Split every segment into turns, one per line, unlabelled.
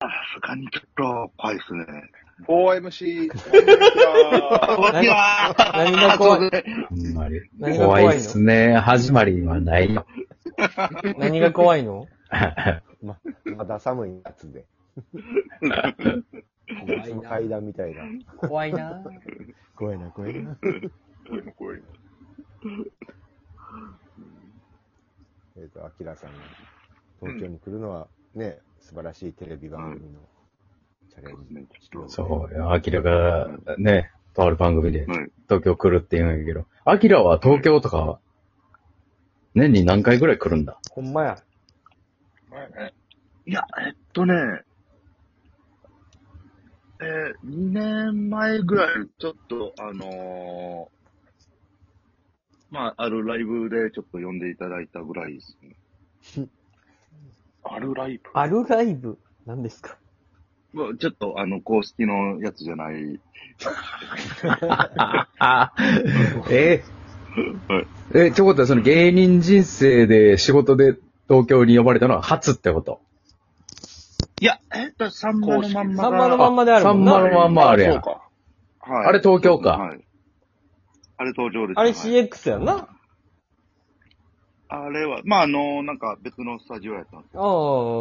さすがにちょっと怖いですね。
4MC。
怖いわー
何が怖い
うん
何が
怖
怖
い
い
っ
の
すね。始まりはないよ。
何が怖いの
ま、 まだ寒いやつで。
怖いな
階段みたいな。
怖いな
怖いな、怖いな。えっと、アキラさんが東京に来るのは、ね、素晴らしいテレビ番組のチャレンジ。
ちょっと
そうよ。アキラが、ね、とある番組で
はい
東京来るって言うんやけど、アキラは東京とか、年に何回ぐらい来るんだ
ほんまや。
いや、えっとね、えー、2年前ぐらいにちょっと、あのー、まあ、あるライブでちょっと呼んでいただいたぐらいですね。
あるライブ。
あるライブ何ですか
まあちょっと、あの、公式のやつじゃない。
あ、ええ、ちょこっとその芸人人生で仕事で東京に呼ばれたのは初ってこと
いや、えっと、サンバのまんま
サ
が。
ンマのまんまであるもん
あ
な。
サンマのまんまあるやん
そうか。
はい、
あれ東京か
はい。あれ登場です、
あれ
はい
CX やんな。
あれは、まあ、あの、なんか別のスタジオやったんです
ああ、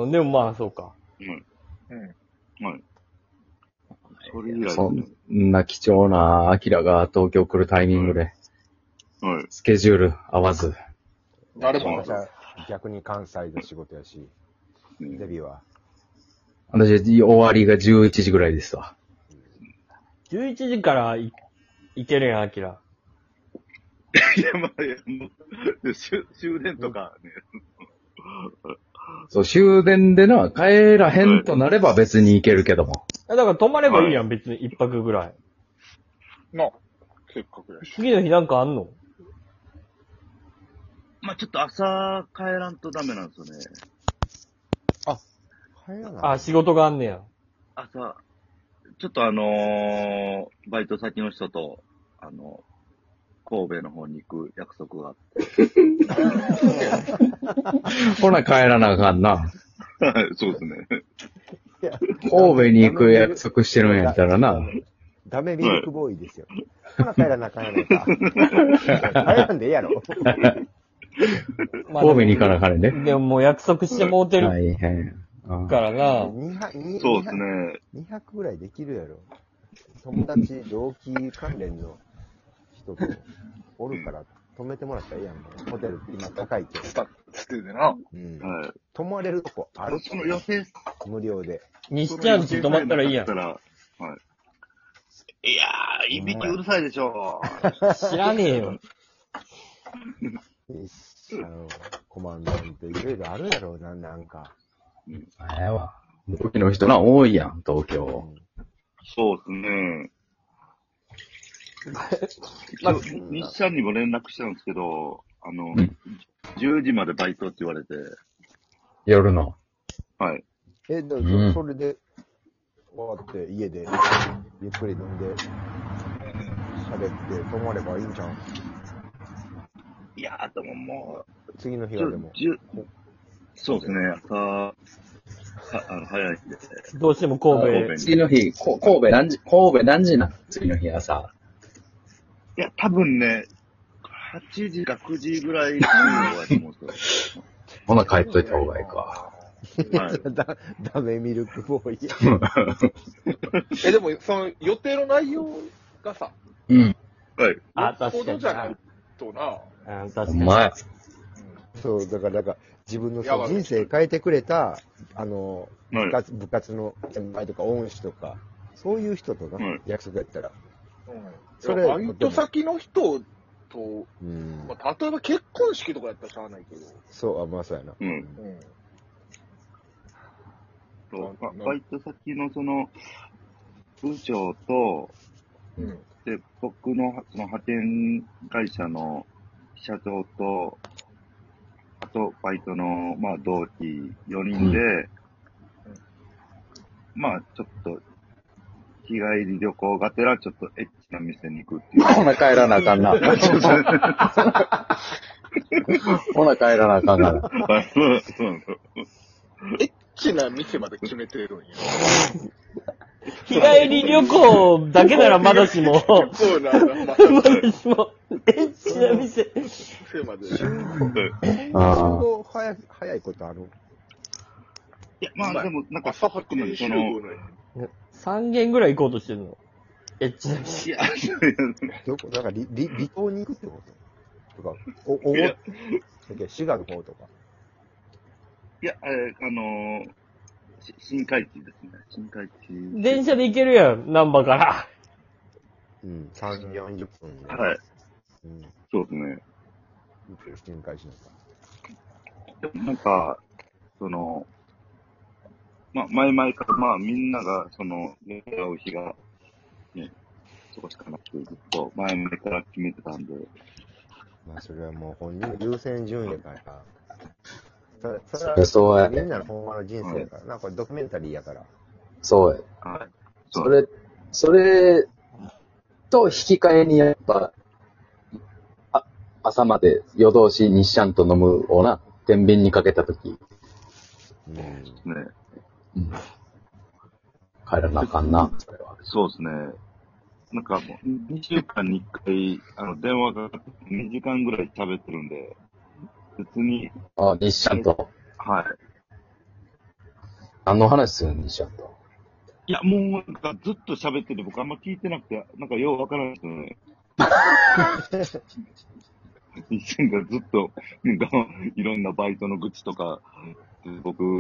でもまあそうか。
けど、うん。
うん。
はい。それ以来です
そ
ね
んな貴重なアキラが東京来るタイミングで、
はい。
スケジュール合わず。
あれ
そう
も
なん
私
で
は逆に関西の仕事やし、
うん
デビは。
私、終わりが11時ぐらいですわ。
11時からいいけるやん、アキラ。
いや、まあ、いやもう終終電とかね。
そう、終電でな、帰らへんとなれば別に行けるけども。
えだから泊まればいいやん、別に一泊ぐらい。
の、せっかくやし。
次の日なんかあんの
まあ、ちょっと朝帰らんとダメなんですよね。
帰らない。
あ、仕事があんねや。
朝、ちょっとあのーバイト先の人と、あの、神戸の方に行く約束があっ
ほな、帰らなあかんな。
て。はい、そうですね。
神戸に行く約束してるんやったらな。
ダメミルクボーイですよ。ほな、帰らな、帰らないか。帰らんでええやろ。
まあ
神戸に行かなあかんねんね。
でももう約束してもうてる
大変。あ
からな。
2泊
そうですね。
200ぐらいできるやろ。友達、同期関連の人とおるから、泊めてもらったらええやんか。ホテルって今高いけど。
スタッつってでな。
うん。
はい。
泊まれるとこある
その予定、
無料で。
西ちゃんち泊まったらいいやん
そ。の予定さえなかったらはい。いやー、いびきうるさいでしょ。
知らねえよ。
あの、コマンダントいろいろあるやろ、ななんか。
あええわ。時の人な、多いやん、東京。
そうですね。
まあ
日社にも連絡したんですけど、あの、
うん
10時までバイトって言われて、
夜の。
はい。
え、だ
うん
それで、終わって家で、ゆっくり飲んで、喋って、泊まればいいんじゃん。
いやー、でもも
次の
う、
日
ち
は
ょ
でも。
じゅそうですね、朝、はあの早いんで。
どうしても神戸
神
へ
戸。に
次の日、こ神戸何時、神戸何時なん次の日朝。
いや、多分ね、8時か9時ぐらいに終わると 思うんです
ほな、帰っといた方がいいか。
よ。はい。
だ、 ダメミルクボーイや。
え、でも、その、予定の内容がさ、
うん。
はい。
あ、
ほ
確か
ど
に
じゃない
な。
とな。
うん、確か
お
に。
前。
そう、だから、だから、自分の
やば
そう
い
人生変えてくれた、あの、
はい
部活、部活の先輩とか恩師とか、そういう人との
はい
約束やったら。
うん。
それ
いやバイト先の人と、
うん。
まあ、例えば結婚式とかやったらしゃあないけど。
そう、あ、まあそうやな。
うん。
うん。
そう
あ
まバイト先のその、部長と、
うん。
で、僕のその派遣会社の社長と、あとバイトの、まあ、同期4人で、まあ、ちょっと、日帰り旅行がてら、ちょっとエッチな店に行くっ ていう。
ほな、帰らなあかん な。 ほな、帰らなあかんな。
はいそうそうなんですよ。
チな店まで決めてるんや。
日帰り旅行だけならまだしも、
そうなんだ、また
まだしも、エッチな店。
店まで。
集合早い早いことある
いや、まあでも、なんか、
朝8
の
時
そ
集
の、
合なんや。
3軒ぐらい行こうとしてるの。エッチな店。
い や、
どこなんか離離離島に行くってこととか、お、おご、
いや
だっけ滋賀の方とか。
いや、えーあのーし深海地ですね。深海地。
電車で行けるやん、難波から。
うん。3、40分で。
はい。
うん。
そうですね。
深海市なんか。
でもなんか、その、まあ、前々から、まあ、みんなが、その、出会う日が、ね、そこしかなくて、ずっと前々から決めてたんで、
まあ、それはもう本人の優先順位やから。そそ
そ
れ
れそう
は
や
み
ね
ん。なのほんまの人生やから。なんかこれドキュメンタリーやから。
そうや。
はい。
それ、それと引き換えにやっぱ、あ朝まで夜通しにシャンと飲むをな、天秤にかけたとき、
うん。
ね、
帰らなあかんな、それは。
そうですね。なんかもう、2週間に1回、あの、電話が2時間ぐらい喋ってるんで、別に、
あ、日シャンと。
はい。
何の話するの、日シャンと。
いや、もうなんかずっと喋ってて、僕あんま聞いてなくて、なんかようわからないですよね。一瞬がずっと、なんか、いろんなバイトの愚痴とか、僕、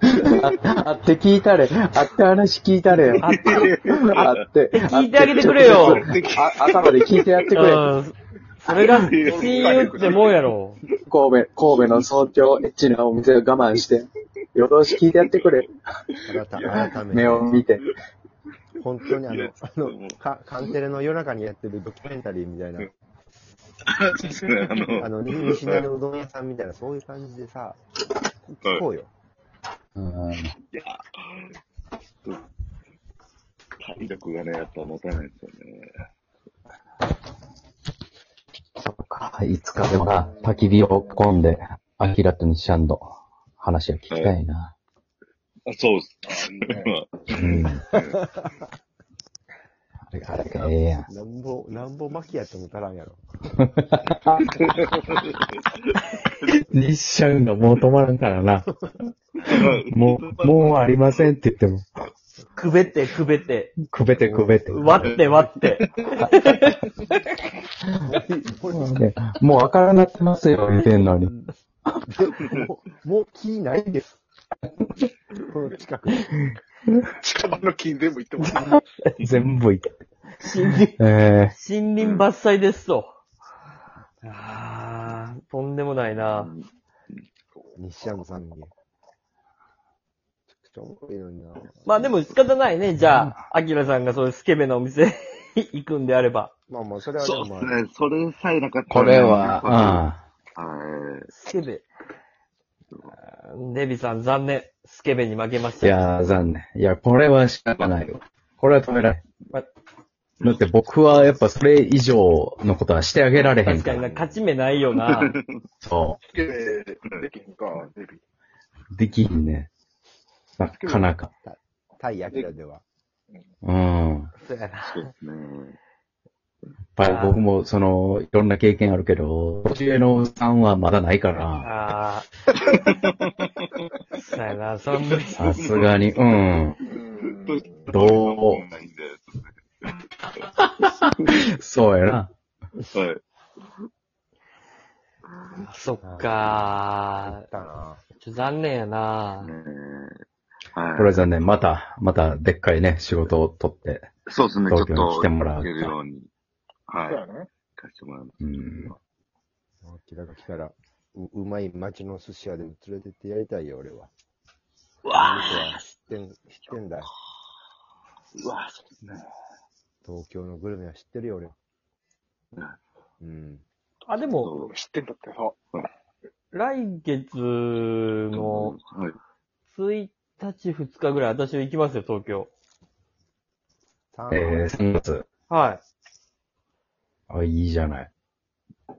あって聞いたれ。あって話聞いたれ。 あって、あって。
聞いてあげてくれよ
あ朝まで聞いてやってく
う
れ。
ん。それが親友ってもうやろ。
神戸、神戸の早朝、エッチなお店を我慢して、夜通し聞いてやってくれ。
改改め
目を
て、
見て。
本当にあ
いや
の、あの、かカンテレの夜中にやってるドキュメンタリーみたいな、
あの、
あの、西成うどん屋さんみたいな、そういう感じでさ、聞こうよ。
うん
体力がね、やっぱ持たないですよね。
そっか、いつかでもな、焚き火を込んで、アキラとニシャンの話を聞きたいな。
あ、そうっす。
うん。あれが、あれがええやん。
なんぼ、なんぼ巻きやっても足らんやろ。
日射運動もう止まらんからな。もう、もうありませんって言っても、
くべって、くべって。
くべてくべて。
割って、割って。
ねもう分からなってますよ、見てんのに。
でもう、もう気ないんです。この近くに。
近場の金全部行ってもらう。
全部いって。
森林、
え
森林伐採ですと。あー、とんでもないな。
西山さんに。めちゃくちゃおもろいのにな。
まあでも仕方ないね。じゃあ、アキラさんがそういうスケベなお店 行くんであれば。
まあまあ、それはで
そ
も
うっ
まあ
す、ね。それさえなかった
こ
らね
れは、
はい。
スケベ。あーネビさん残念。スケベに負けまし
え。い
た。
やー、残念。いや、これは仕方ないよ。これは止められん。だって僕はやっぱそれ以上のことはしてあげられへ
確
んか
かに
ら。
な、勝ち目ないよな。
そ
で、できんか、デビ。
う。できひんね。なかなか。
対ヤキラでは。
うん。
そうやな。
そうですね。
やっぱり僕も、その、いろんな経験あるけど、年上のおっさんはまだないから、
ああ。そうやな、そんな。
さすがに、うん。
うん。
どう
ないんで。
そうやな。
はい。
そっか
だな。
ー。ちょ残念やな。
ねえはい。
これは残念。また、また、でっかいね、仕事を取って。
そうですね、ちょっ
東
と
京に来てもらうか
行けるように。は
そうや
い。
な。
行かせてもらいます。
うん。
ヤキラが来たら、ううまい町の寿司屋でも連れてってやりたいよ、俺は。
う
あ
わ
の人は知ってん、知ってんだよ。
うわそうですね。
東京のグルメは知ってるよ、俺。うん。
あ、でも、
知ってんだってさ。
来月の
はい。
1日、2日ぐらい、私行きますよ、東京。
さ
えー、3月。
は
あ、いいじゃない。
ああ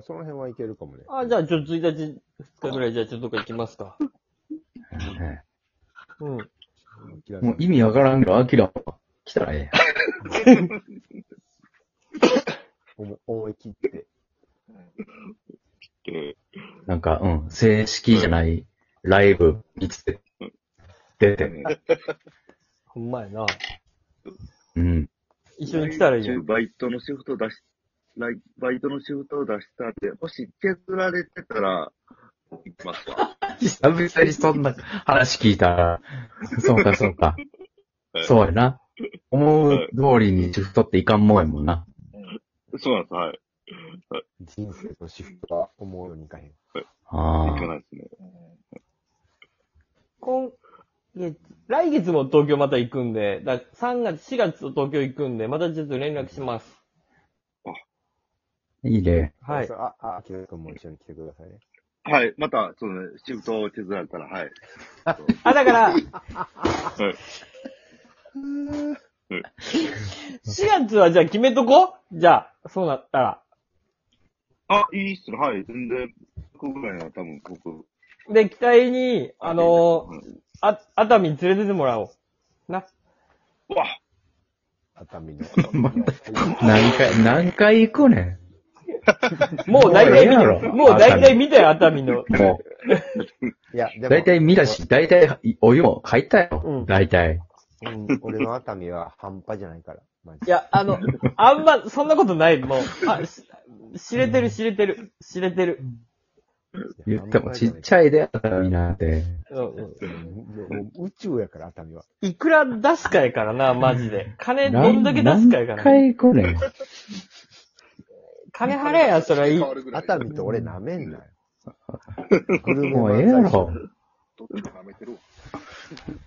その辺はいけるかもね
い。。あ、じゃあ、ちょ、1日、2日ぐらい、じゃあ、ちょっとどっか行きますか。うん。
キラ
もう意味わからんけど、アキラ来たらえ
思思い切って。
で、
えやん。なんか、うん、正式じゃないライブ見つけて、出て、
ほんまやな。
うん。
一緒に来たらいいやん。
バイトのシフト出し、来バイトのシフトを出したんで、もし削られてたら、行きますわ。
久々にそんな話聞いたら、そうかそうか。そうやな。思う通りにシフトっていかんもんやもんな。
そうなんです、はい。
人生のシフトは思うようにいかへん。
あ
行か
あ。
ないですね。
今月、来月も東京また行くんで、だ3月、4月と東京行くんで、またちょっと連絡します。
いいね。
はい
そ。うあ、あ、あきらくんも一緒に来てくださいね。
はい、また、その、シフトを削られたら、はい。
あ、だから、
はい。
4月はじゃあ決めとこうじゃあ、そうなったら。
あ、いいっすね、はい。全然、ここぐらいは多分僕。
で、期待に、あの
う
ー、
ん
あ、熱海に連れてってもらおう。な。
うわ
熱海の。
何回、何回行くね
もう大体見
もうええや
て、
ろ
もう大体見たよ、熱海の。
ん。もう、
いや、でも、
だいたい見たし、だいたいお湯も買いた
う
よ
ん。
だいたい。
うん、俺の熱海は半端じゃないから。マジ
いや、あの、あんま、そんなことない、もう。あ、し知れてる、知れてる、知れてる。
言ってもちっち
ゃ
ゃ
い
いでやったらいいなって。
うんうん
や。もう宇宙やから、熱海は。
いくら出すかやからな、マジで。金どんだけ出すかやからな。
何回行くねん。
金払えや、それはいい。
熱海と俺舐めんなよ。
もうええやろ。
どっちも舐めてるわ